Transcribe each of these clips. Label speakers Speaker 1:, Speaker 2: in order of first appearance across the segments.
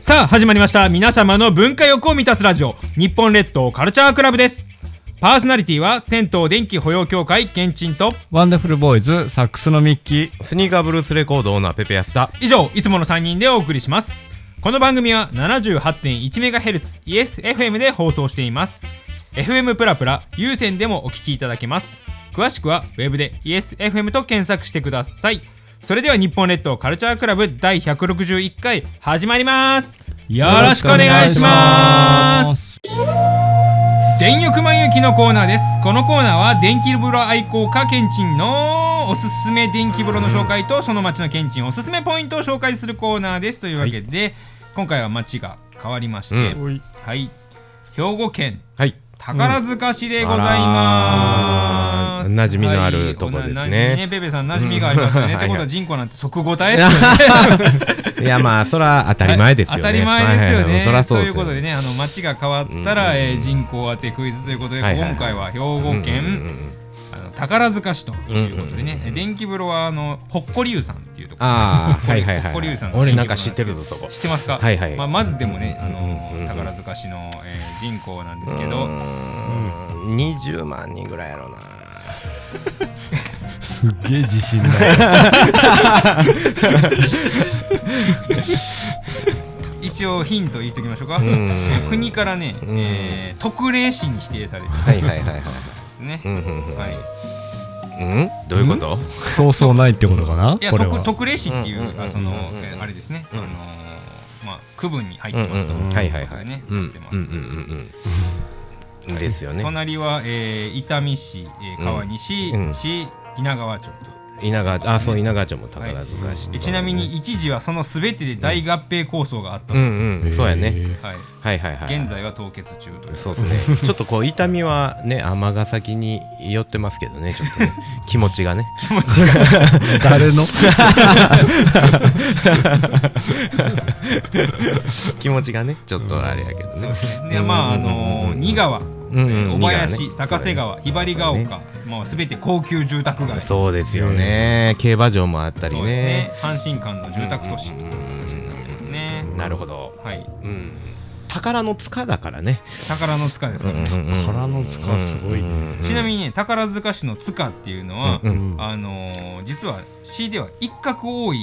Speaker 1: さあ始まりました皆様の文化欲を満たすラジオ日本列島カルチャークラブですパーソナリティは銭湯電気保養協会けんちんと
Speaker 2: ワンダフルボーイズ、サックスのミッキー。
Speaker 3: スニーカーブルースレコードオーナーペペヤスだ
Speaker 1: 以上いつもの3人でお送りしますこの番組は 78.1MHz イエス FM で放送しています FM プラプラ有線でもお聞きいただけます詳しくはウェブでイエス FM と検索してくださいそれでは日本列島カルチャークラブ第161回始まりますよろしくお願いします
Speaker 2: す。
Speaker 1: 電力満雪のコーナーですこのコーナーは電気風呂愛好家ケンチンのおすすめ電気風呂の紹介とその町のケンチンおすすめポイントを紹介するコーナーですというわけで、今回は町が変わりまして、
Speaker 2: うん
Speaker 1: はい兵庫県
Speaker 3: はい
Speaker 1: 宝塚市でございます、
Speaker 3: うんあらー馴染みのある
Speaker 1: はい
Speaker 3: とこですね
Speaker 1: おな馴染みねペペさん馴染みがありますよね、
Speaker 3: うん
Speaker 1: ってことは人口なんて即答えっすよね
Speaker 3: いやまあそら当たり前ですよね
Speaker 1: 当たり前ですよ
Speaker 3: はいはい
Speaker 1: ね。
Speaker 3: そらそ
Speaker 1: と
Speaker 3: う
Speaker 1: い
Speaker 3: で
Speaker 1: う
Speaker 3: す
Speaker 1: こ
Speaker 3: よ
Speaker 1: とでね、あの町が変わったら、えー人口当てクイズということで、
Speaker 3: はいはいはい
Speaker 1: 今回は兵庫県あの宝塚市ということでね、え電気風呂はあのほっこり湯さんっていうところ。
Speaker 3: ああはいはいは
Speaker 1: ほ
Speaker 3: い
Speaker 1: っこりゆうさん
Speaker 3: 俺なんか知ってるぞそこ
Speaker 1: 知ってますか。
Speaker 3: はいはい
Speaker 1: まあまずでもね、あの宝塚市の、えー人口なんですけど、
Speaker 3: 20万人ぐらいやろうな
Speaker 2: すっげえ自信ない。
Speaker 1: 一応ヒント言っときましょうか。えー 国からね、えー特例市に指定されてるん
Speaker 3: はいはいはいはい
Speaker 1: です
Speaker 3: う
Speaker 1: ね。
Speaker 3: んうんうん
Speaker 1: はい。
Speaker 3: うんどういうこと
Speaker 2: そうそうないってことかない
Speaker 1: や
Speaker 2: これ
Speaker 1: 特
Speaker 2: は。
Speaker 1: 特例市っていうあそのえあれですねあのーまあ区分に入ってますと
Speaker 3: うんうんうんはいはいはい
Speaker 1: ね
Speaker 3: うんう
Speaker 1: 入
Speaker 3: ん
Speaker 1: ってま
Speaker 3: うん
Speaker 1: す
Speaker 3: うんうんですよね
Speaker 1: 隣はえー伊丹市えー川西
Speaker 3: うん
Speaker 1: 市稲川町と
Speaker 3: 稲川あそう稲川町も宝塚市
Speaker 1: でちなみに一時はその全てで大合併構想があったと
Speaker 3: うんうんそうや
Speaker 2: え
Speaker 3: ね
Speaker 2: ー。
Speaker 1: はい
Speaker 3: はいはいはい
Speaker 1: 現在は凍結中という
Speaker 3: そうです ねちょっとこう痛みはね尼崎に寄ってますけどねちょっと ね気持ちがね
Speaker 2: 誰の
Speaker 3: 気持ちがねちょっとあれやけどね
Speaker 1: そうですねでまああのー二川え
Speaker 3: ん
Speaker 1: ー小
Speaker 3: 二川
Speaker 1: 林
Speaker 3: ね
Speaker 1: 坂瀬川ひばりが丘まあ全て高級住宅街
Speaker 3: そうですよね競馬場もあったり
Speaker 1: そうですね
Speaker 3: ね
Speaker 1: 阪神間の住宅都市という形になってますね
Speaker 3: なるほど
Speaker 1: はい
Speaker 3: うん宝の塚だからね
Speaker 1: 宝の塚ですから、
Speaker 2: 腹の塚すごいね。
Speaker 1: ちなみにね宝塚市の塚っていうのは、
Speaker 3: うん
Speaker 1: あのー実は市では一角多い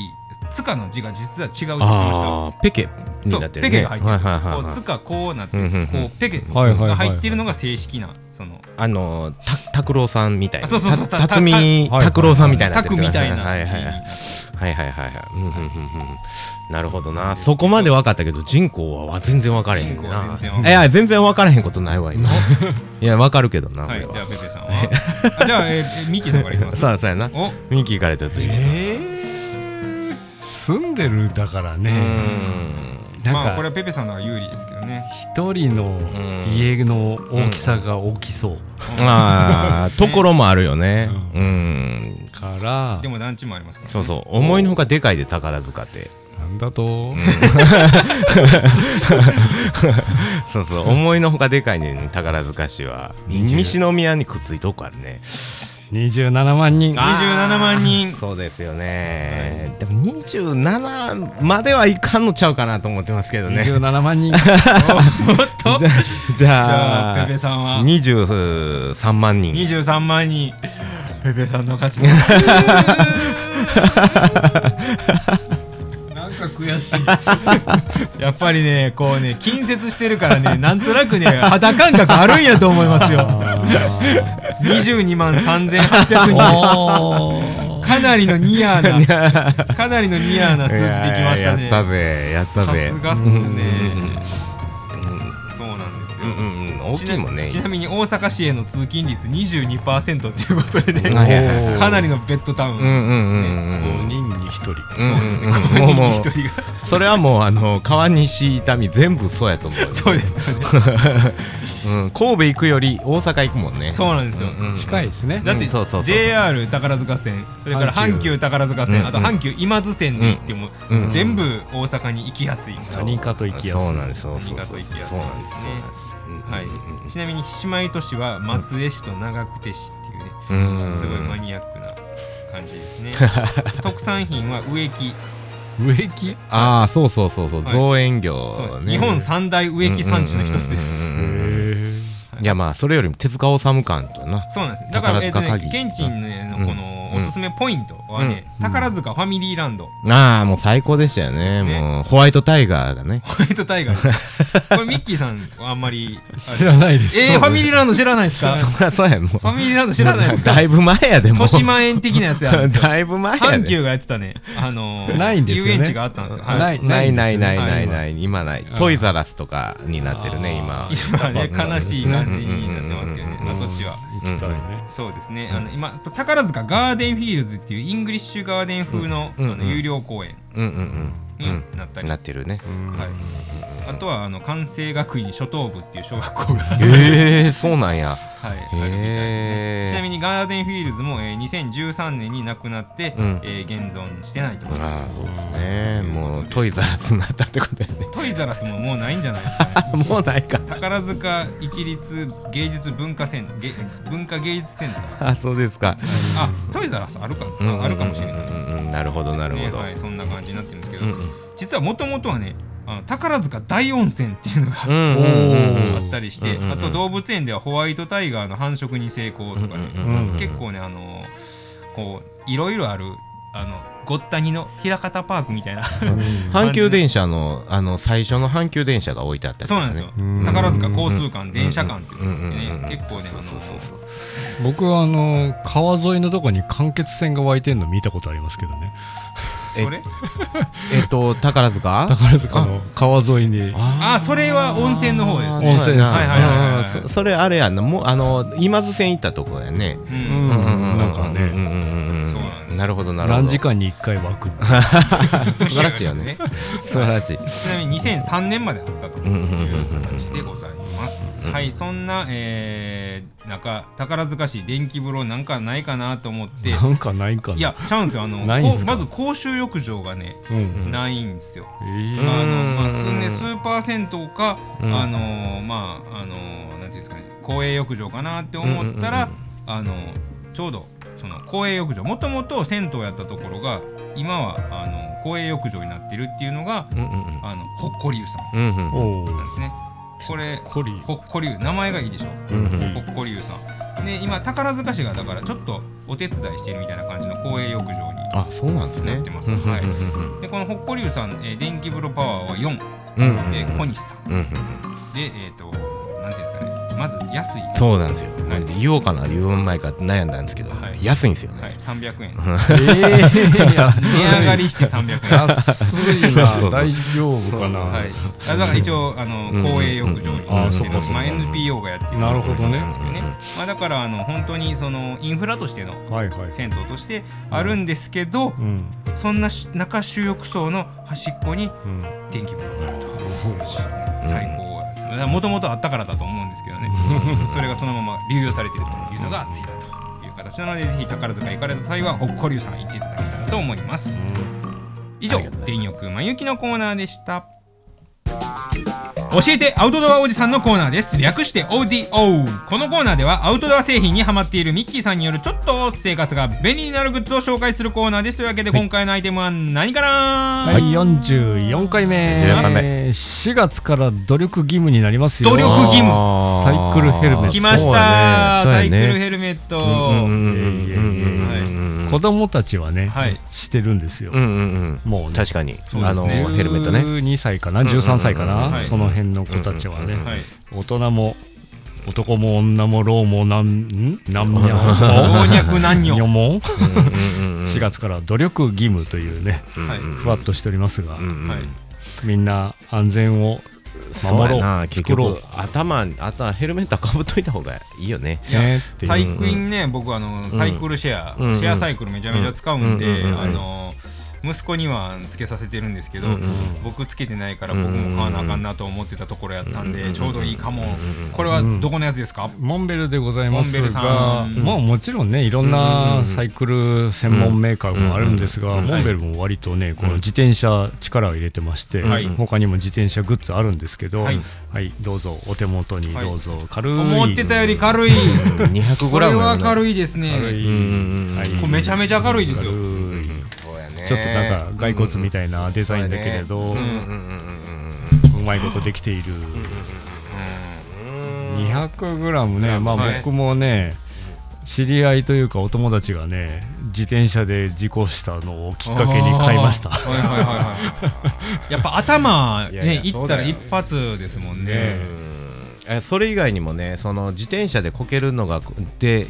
Speaker 1: 塚の字が実は違う字ました
Speaker 3: ああペケ
Speaker 1: そ
Speaker 3: に
Speaker 1: う、
Speaker 3: なってる
Speaker 1: ペ
Speaker 3: ね
Speaker 1: ケが入ってるんですよ、
Speaker 3: はいはいはい
Speaker 1: こ
Speaker 3: は
Speaker 1: う
Speaker 3: い
Speaker 1: 塚こうなって、
Speaker 3: うんうんうん
Speaker 1: こうペケ
Speaker 2: はいはいはいは
Speaker 1: が
Speaker 2: い
Speaker 1: 入ってるのが正式なその
Speaker 3: あのた拓郎さんみたい
Speaker 1: あ
Speaker 3: な
Speaker 1: そうそうそうた
Speaker 3: た辰巳
Speaker 2: た
Speaker 3: 拓郎さんみたいになって
Speaker 1: 卓
Speaker 3: る
Speaker 1: みたいな字になっ
Speaker 3: はい
Speaker 1: て
Speaker 3: はい
Speaker 1: る、
Speaker 3: はいはいはいはいはいうんうんうんうんなるほどなそこまで分かったけど人口は全然分かれへん
Speaker 1: 人口
Speaker 3: な
Speaker 1: は全然分かれへん
Speaker 3: いや全然分からへんことないわ 今いや分かるけどな
Speaker 1: は
Speaker 3: 俺
Speaker 1: いじゃあ
Speaker 3: は
Speaker 1: ペペさんはあじゃあ、えー、ミキの方からいき ます
Speaker 3: さあさあやな
Speaker 1: お
Speaker 3: ミキからちょっといいですか
Speaker 2: えー住んでるだから
Speaker 3: う
Speaker 2: ね。
Speaker 3: ん
Speaker 2: なん
Speaker 1: まあこれ
Speaker 2: か、
Speaker 1: はペペさんの方が有利ですけどね
Speaker 2: 一人の家の大きさが大きそう。
Speaker 3: ああところもあるよねうん
Speaker 2: から
Speaker 1: で、も団地もありますから
Speaker 3: そうそう思いのほかでかいで宝塚って
Speaker 2: なんだと
Speaker 3: そうそう 思いのほかでかいねんね宝塚市は西宮にくっついとこあるね
Speaker 2: 27万人。
Speaker 1: 27万人
Speaker 3: そうですよね、でも27まではいかんのちゃうかなと思ってますけどねじゃ
Speaker 2: 27 万人。
Speaker 1: とじ
Speaker 3: じ
Speaker 1: ゃあ
Speaker 3: ゃ
Speaker 1: ペペさん
Speaker 3: あ
Speaker 1: は
Speaker 3: 23万人
Speaker 1: 23万人ペペさんの勝ちです
Speaker 2: なんか悔しい。
Speaker 1: やっぱりねこうね近接してるからねなんとなくね肌感覚あるんやと思いますよ22万3800人ですかなりのニ アなかなりのニアな数字できました
Speaker 3: いややっ
Speaker 1: ね
Speaker 3: たぜやった
Speaker 1: さ
Speaker 3: ぜ
Speaker 1: すがっすねそうなんですよ
Speaker 3: うんうんうん大きいもんね
Speaker 1: ちなちなみに大阪市への通勤率22%っていうことでね
Speaker 3: はいはいはい
Speaker 2: おー
Speaker 1: かなりのベッドタウン
Speaker 3: うんうんうんうんうん
Speaker 2: 5人に1人。
Speaker 1: そうですね
Speaker 3: うん
Speaker 1: 5
Speaker 3: もう
Speaker 1: 人
Speaker 3: も
Speaker 1: に1
Speaker 3: う
Speaker 1: 人が
Speaker 3: それはもうあの川西伊丹全部そうやと思うよ
Speaker 1: そうですよね
Speaker 3: うん、神戸行くより大阪行くもんね
Speaker 1: そうなんですよ
Speaker 3: うん
Speaker 2: 近いですね。
Speaker 1: だっ
Speaker 3: う
Speaker 1: て
Speaker 3: んそうそうそう
Speaker 1: JR 宝塚線それから阪
Speaker 2: 阪
Speaker 1: 急
Speaker 2: 急
Speaker 1: 宝塚
Speaker 3: う
Speaker 1: 線
Speaker 3: ん
Speaker 1: あと阪急今津線で行っても
Speaker 3: うんうん
Speaker 1: 全部大阪に行きやすい
Speaker 2: 何かと行きやすい。
Speaker 3: そうなんですそうそうそ
Speaker 1: 新
Speaker 3: う
Speaker 1: 潟行きやすい
Speaker 3: そうなんですそうなんです
Speaker 1: はいちなみに姉妹都市は松江市と長久手市っていうね
Speaker 3: うん
Speaker 1: すごいマニアックな感じですね特産品は植木
Speaker 2: 植木
Speaker 3: ああそうそうそうそう、
Speaker 1: はい
Speaker 3: 造園業
Speaker 1: そう
Speaker 3: ね
Speaker 1: 日本三大植木産地の一つで
Speaker 3: う
Speaker 1: す
Speaker 3: んうんうんうんいやまあそれよりも手塚治虫感とな
Speaker 1: そうなんですだから、えっと
Speaker 3: 宝塚
Speaker 1: ね
Speaker 3: 鍵、
Speaker 1: ケンチンのこのおすすめポイントはね、宝塚ファミリーランド、
Speaker 3: ああもう最高でしたよね
Speaker 1: ですね
Speaker 3: もうホワイトタイガーがね
Speaker 1: ホワイトタイガーです これミッキーさんはあんまりあれ
Speaker 2: 知らないです。
Speaker 1: えー、ファミリーランド知らないですかフ
Speaker 3: そりゃそうやもう
Speaker 1: ァミリーランド知らないですか
Speaker 3: だいぶ前やでも
Speaker 1: 豊島園的なやつやるんですよ
Speaker 3: だいぶ前や
Speaker 1: 阪
Speaker 3: で
Speaker 1: 急がやってたね、あのー、
Speaker 2: ないんですよね
Speaker 1: 遊園地があったんですよ。はい、
Speaker 2: ない
Speaker 3: ないないないない
Speaker 1: は
Speaker 3: ない今ないトイザラスとかになってるね今
Speaker 1: 今 ね、悲しい感じになってますけどね、跡地は。
Speaker 2: 行きたいね。
Speaker 1: そうですね、あの今、宝塚ガーデンフィールズっていうイングリッシュガーデン風の,、
Speaker 3: うん
Speaker 1: あ
Speaker 3: う
Speaker 1: の
Speaker 3: ん
Speaker 1: 有料公園
Speaker 3: うんうん
Speaker 1: になった
Speaker 3: うん
Speaker 1: り、
Speaker 3: なってるね
Speaker 1: はい、あとはあの関西学院初等部っていう小学校 が、はい、
Speaker 3: ええそうなんや
Speaker 1: あるみたいですね。
Speaker 3: へ
Speaker 1: ちな
Speaker 3: え
Speaker 1: みにガーデンフィールズも、えー、2013年に亡くなって、
Speaker 3: うん
Speaker 1: えー現存してないと
Speaker 3: ああそうですねもうトイザラスになったってこ とやね
Speaker 1: トイザラスももうないんじゃないですか ね
Speaker 3: もうないか
Speaker 1: 宝塚一律芸術文化セン芸文化芸術センター
Speaker 3: あそうですか
Speaker 1: あトイザラスあるかな、ああるかもしれない、
Speaker 3: うんうんうんなるほどなるほ
Speaker 1: ね
Speaker 3: ど
Speaker 1: はい、そんな感じになってるんですけど、
Speaker 3: うんうん
Speaker 1: 実はもともとはねあの宝塚大温泉っていうのが、
Speaker 3: うんうんうんうん
Speaker 1: あったりして、
Speaker 3: うんうんうん
Speaker 1: あと動物園ではホワイトタイガーの繁殖に成功とかね、
Speaker 3: うん
Speaker 2: うんうんうん
Speaker 1: 結構ねあのこういろいろあるあのごったにの枚方パークみたいな
Speaker 3: 阪急電車のあの最初の阪急電車が置いてあったり
Speaker 1: そ
Speaker 3: と
Speaker 1: う
Speaker 3: か
Speaker 1: な
Speaker 3: ね
Speaker 1: んですよ、
Speaker 2: うん
Speaker 1: 宝塚交通館、電車館っていう
Speaker 3: うんうん
Speaker 1: のがね、
Speaker 3: うんうん
Speaker 1: 結構ねあ
Speaker 3: そう
Speaker 1: の
Speaker 3: そうそうそう
Speaker 2: 僕はあの川沿いのとこに間欠泉が湧いてんの見たことありますけどね。
Speaker 3: え
Speaker 1: それ
Speaker 3: えっと宝塚
Speaker 2: 宝塚の川沿いに。
Speaker 1: ああそれは温泉の方ですね
Speaker 2: 温泉です
Speaker 1: はいはいはいはいはい
Speaker 3: うんそそれあれやんなもうあの今津線行ったとこやね
Speaker 1: う
Speaker 2: うんん、なんか
Speaker 3: うんう
Speaker 2: ね、
Speaker 3: んうんうん
Speaker 1: そうなんです
Speaker 3: なるほどなるほど
Speaker 2: 何時間に一回湧く。
Speaker 3: 素晴らしいよね素晴らしい
Speaker 1: ちなみに2003年まであったという形でございます。はい、そんな、えー、中宝塚市電気風呂なんかないかなと思 って、
Speaker 2: なんかないんかな。
Speaker 1: いや、ちゃうんですよ。あ の、
Speaker 2: ないんす
Speaker 1: こうま
Speaker 2: か
Speaker 1: ず公衆浴場がね、
Speaker 2: うん、うん。
Speaker 1: ないんですよ。あ
Speaker 2: え
Speaker 1: の
Speaker 2: え
Speaker 1: まあ、すんでスーパー銭湯か、あのーまああのーなんていうんですかね、公営浴場かなって思ったら、あのーちょうどその公営浴場、もともと銭湯やったところが今はあの公営浴場になってるっていうのが、
Speaker 3: うんうん
Speaker 1: あのほっこり湯さん。
Speaker 3: うんうんうん
Speaker 2: おお。
Speaker 1: なんですね。これ、
Speaker 2: コリ。
Speaker 1: ほっこりゅう、名前がいいでしょ。
Speaker 3: うんうん
Speaker 1: ほっこりゅうさん。で、今、宝塚市がだから、ちょっとお手伝いしてるみたいな感じの公営浴場に。
Speaker 3: あそうなんですね
Speaker 1: なってます
Speaker 3: うんうん
Speaker 1: はい
Speaker 3: うんうん
Speaker 1: で、このほっこりゅうさん、えー電気風呂パワーは4。
Speaker 3: うん
Speaker 1: で、小西さん。
Speaker 3: うんうん
Speaker 1: で、えっ、と、なんていうんですかね。まず、安い。
Speaker 3: そうなんですよ
Speaker 1: はい
Speaker 3: 言おうかな言う前か悩んだんですけど
Speaker 1: はい
Speaker 3: 安いんですよ
Speaker 1: は
Speaker 3: ね
Speaker 1: い、300円。
Speaker 2: ええ安い。
Speaker 1: 値上がりして300円。
Speaker 2: 安いな。大丈夫かな。
Speaker 1: はい、あだから一応あの
Speaker 3: ん
Speaker 1: 公営浴場になってる
Speaker 2: あそっかそっか
Speaker 1: まあ、NPO がやってる
Speaker 2: なるほどね
Speaker 1: んですけどね、まあ、だからあの本当にそのインフラとしての
Speaker 2: はいはい。
Speaker 1: 銭湯としてあるんですけど、
Speaker 2: うん。
Speaker 1: そんなし中収翼層の端っこに
Speaker 2: うん。
Speaker 1: 電気風呂があると
Speaker 2: そうですよね。
Speaker 1: 最高だもともとあったからだと思うんですけど ねそれがそのまま流用されているというのが熱いだという形なのでぜひ宝塚行かれた際はほっこりゅうさん行っていただけたらと思います以上電浴まゆきのコーナーでした教えてアウトドアおじさんのコーナーです略して ODO このコーナーではアウトドア製品にハマっているミッキーさんによるちょっと生活が便利になるグッズを紹介するコーナーですというわけで今回のアイテムは何かな、
Speaker 2: はい、44回目
Speaker 3: 44回目
Speaker 2: 4月から努力義務になりますよ
Speaker 1: 努力義務
Speaker 3: あ
Speaker 2: サイ
Speaker 3: ー
Speaker 2: クルヘルメット
Speaker 1: 来ました、
Speaker 3: そうや
Speaker 1: サイ
Speaker 3: ね
Speaker 1: クル
Speaker 3: そうやね
Speaker 1: ヘルメット、
Speaker 3: うんうん
Speaker 2: 子供たちはね、
Speaker 1: はい
Speaker 2: してるんですよ、
Speaker 3: うんうんうん
Speaker 2: もうね
Speaker 3: 確かに
Speaker 1: うです
Speaker 3: あのヘルメットね
Speaker 2: 12歳かな13歳かな、
Speaker 1: はい
Speaker 2: その辺の子たちはね、
Speaker 1: はい
Speaker 2: 大人も男も女も老もなんんなんにゃ
Speaker 1: 老若男女
Speaker 2: にょ
Speaker 1: は
Speaker 2: も
Speaker 3: うんうん
Speaker 2: 4月から努力義務というね
Speaker 1: い、
Speaker 2: ふわっとしておりますが、
Speaker 3: うんうん
Speaker 1: はい、
Speaker 2: みんな安全を
Speaker 3: そう
Speaker 2: 守
Speaker 3: や
Speaker 2: ろ
Speaker 3: な
Speaker 2: う
Speaker 3: 結
Speaker 2: 作ろ
Speaker 3: 局
Speaker 2: う
Speaker 3: 頭あとはヘルメットはかぶっといた方がいいよね
Speaker 2: ねっていう
Speaker 1: 最近ね僕あのサイクルシェア、
Speaker 3: うん
Speaker 1: シェアサイクルめちゃめちゃ使うんで、
Speaker 3: うんうん
Speaker 1: あの息子にはつけさせてるんですけど、
Speaker 3: ん
Speaker 1: 僕つけてないから僕も買わなあかんなと思ってたところやったんで、ちょうどいいかも、これはどこのやつですか、
Speaker 2: モンベルでございます
Speaker 1: モンベルさ
Speaker 2: が、
Speaker 1: ん
Speaker 2: まあもちろんねいろんなサイクル専門メーカーもあるんですが、モンベルも割とねこの自転車力を入れてまして、
Speaker 1: はい
Speaker 2: 他にも自転車グッズあるんですけど、
Speaker 1: は
Speaker 2: はいい、どうぞお手元に
Speaker 1: はい
Speaker 2: どうぞ、軽い
Speaker 1: 思ってたより軽いこ
Speaker 3: 200g
Speaker 1: れは
Speaker 3: る
Speaker 1: 軽いですね
Speaker 2: 軽い
Speaker 3: うんうんうん
Speaker 2: はい
Speaker 1: これめちゃめちゃ軽いですよ
Speaker 2: 軽い
Speaker 3: そうやね
Speaker 2: ちょっとなんか骸骨みたいなデザインだけれど、うまいことできている、200g ね、まあ
Speaker 1: はい
Speaker 2: 僕もね、知り合いというかお友達がね自転車で事故したのをきっかけに買いました
Speaker 1: あーはいはいはいはい。やっぱ頭
Speaker 3: いやい
Speaker 1: ね
Speaker 3: や
Speaker 1: い
Speaker 3: そ
Speaker 1: っ
Speaker 3: う
Speaker 1: た
Speaker 3: だ
Speaker 1: ら
Speaker 3: よ
Speaker 1: 一発ですもんね。
Speaker 3: えそれ以外にもねその自転車でこけるのがでっ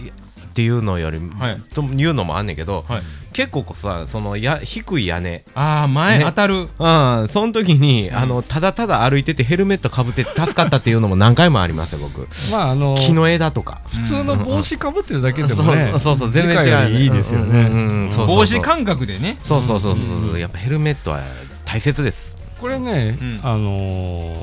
Speaker 3: ていうのより、
Speaker 1: はい
Speaker 3: というのもあんねんけど、
Speaker 1: はい
Speaker 3: 結構こうさそのや低い屋根
Speaker 1: ああ前
Speaker 3: ね
Speaker 1: 当たる。
Speaker 3: うん、その時に、あのただただ歩いててヘルメットかぶってて助かったっていうのも何回もありますよ僕
Speaker 2: まああの
Speaker 3: 木の枝とか
Speaker 2: 普通の帽子かぶってるだけで
Speaker 3: そ
Speaker 2: もね、
Speaker 3: うそうそう全然
Speaker 2: 次
Speaker 3: 違
Speaker 2: 回よ
Speaker 3: う、
Speaker 2: りいいですよ
Speaker 3: うん
Speaker 2: ね。
Speaker 3: うんうんそうそうそう
Speaker 1: 帽子感覚でね。
Speaker 3: そうそうそうそうそうやっぱヘルメットは大切です
Speaker 2: これね
Speaker 1: うん、
Speaker 2: あのー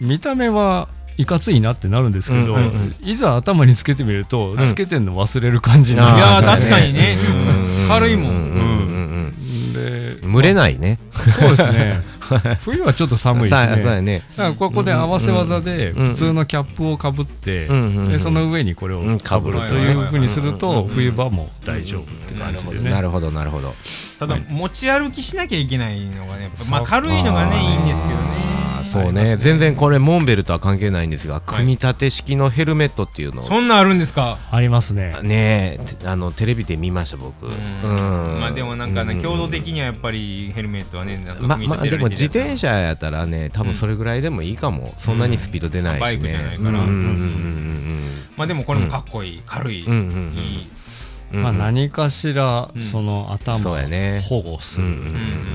Speaker 2: 見た目はいかついなってなるんですけど
Speaker 3: うんうんう、
Speaker 2: いざ頭につけてみると
Speaker 3: ん
Speaker 2: つけてんの忘れる感じ
Speaker 3: い
Speaker 1: いやー
Speaker 2: なんです
Speaker 1: 確か
Speaker 2: よ
Speaker 1: にねうん軽いもん
Speaker 3: ん
Speaker 2: で
Speaker 3: 蒸れないね
Speaker 2: そうですね 冬はちょっと寒いし
Speaker 3: さあそう
Speaker 2: ね
Speaker 3: やね
Speaker 2: だからここで合わせ技で
Speaker 3: ん
Speaker 2: 普通のキャップをかぶって
Speaker 3: うんうんうん
Speaker 2: でその上にこれ
Speaker 3: うん
Speaker 2: を
Speaker 3: か
Speaker 2: か
Speaker 3: ぶ
Speaker 2: ぶ
Speaker 3: る
Speaker 2: るというふうにすると冬場も大丈夫って感じでね
Speaker 3: なるほどなるほど
Speaker 1: ただ持ち歩きしなきゃいけないのがねやっぱまあ軽いのがねいいんですけどね。
Speaker 3: そうね全然これモンベルとは関係ないんですが組み立て式のヘルメットっていうのを
Speaker 1: そんなんあるんですか。
Speaker 2: ありますね
Speaker 3: ねえてあのテレビで見ました僕うん
Speaker 1: まあでもなんかね強度的にはやっぱりヘルメットはねなんか
Speaker 3: ま
Speaker 1: 組み
Speaker 3: ま
Speaker 1: 立てられ
Speaker 3: あで
Speaker 1: て
Speaker 3: も
Speaker 1: る
Speaker 3: 自
Speaker 1: やつ
Speaker 3: 転車やったらね多分それぐらいでもいいかも、そんなにスピード出ないしね、
Speaker 1: バイクじゃないから
Speaker 3: うんうん
Speaker 1: まあでもこれもかっこいい軽いいい
Speaker 3: うんうんうん
Speaker 2: まあ、何かしらその頭
Speaker 3: そうやね
Speaker 2: を保護する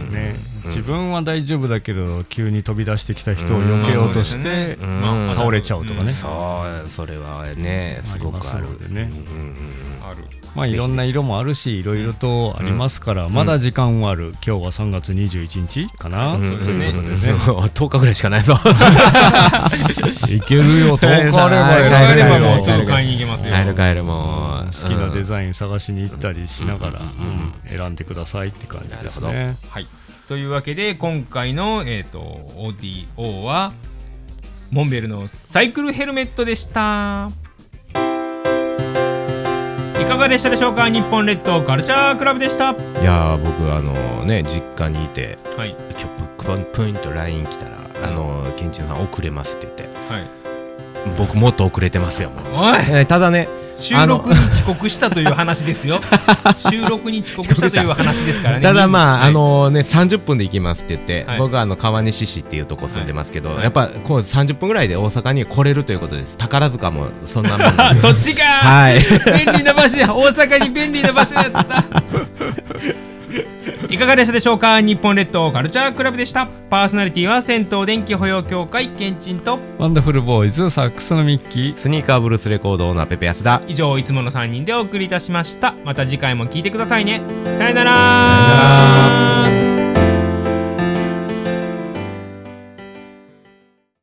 Speaker 2: ね自分は大丈夫だけど急に飛び出してきた人を避けようとし
Speaker 1: まあそうで
Speaker 2: て
Speaker 1: すねまあ
Speaker 2: 倒れちゃうとかね
Speaker 3: そうそれはねす
Speaker 2: あり
Speaker 3: ご
Speaker 2: ま
Speaker 3: く
Speaker 2: す
Speaker 3: ある
Speaker 2: のでね
Speaker 1: ある
Speaker 2: まあいろんな色もあるしいろいろとありますからまだ時間はある今日は3月21日かな
Speaker 1: そうですね
Speaker 2: ということでね
Speaker 3: 10日ぐらいしかないぞ
Speaker 2: いけるよ10日あれ ば
Speaker 1: 買え
Speaker 2: 選べ
Speaker 1: れ
Speaker 2: る
Speaker 1: ば
Speaker 2: よ
Speaker 1: もうすぐ買いに行けますよ
Speaker 3: 帰る帰るもう
Speaker 2: 好きなデザイン探しに行ったりしながらうん選んでくださいって感じです
Speaker 3: な
Speaker 2: ね
Speaker 1: はいというわけで今回の、えー、と ODO はモンベルのサイクルヘルメットでしたいかがでしたでしょうか日本列島カルチャークラブでした
Speaker 3: いやー僕あのね実家にいて
Speaker 1: はい
Speaker 3: 今日プンプンと LINE 来たら「あのケンチンさん遅れます」って言って
Speaker 1: はい
Speaker 3: 僕もっと遅れてますよもう
Speaker 1: おい
Speaker 3: えーただね
Speaker 1: 収録に遅刻したという話です よ収録に遅刻したという話ですからね
Speaker 3: ただまあ、
Speaker 1: はい
Speaker 3: あのね30分で行きますって言って、
Speaker 1: はい
Speaker 3: 僕はあの川西市っていうとこ住んでますけど、
Speaker 1: はい
Speaker 3: やっぱこう30分ぐらいで大阪に来れるということです宝塚もそんなもん です
Speaker 1: あそっちか
Speaker 3: はい
Speaker 1: 便利な場 所で大阪に便利な場所だったいかがでしたでしょうか日本列島カルチャークラブでしたパーソナリティは銭湯電気保養協会けんちんと
Speaker 2: ワンダフルボーイズサックスのミッキー
Speaker 3: スニーカーブルースレコードオーナーペペヤスだ
Speaker 1: 以上いつもの3人でお送りいたしましたまた次回も聞いてくださいねさよなら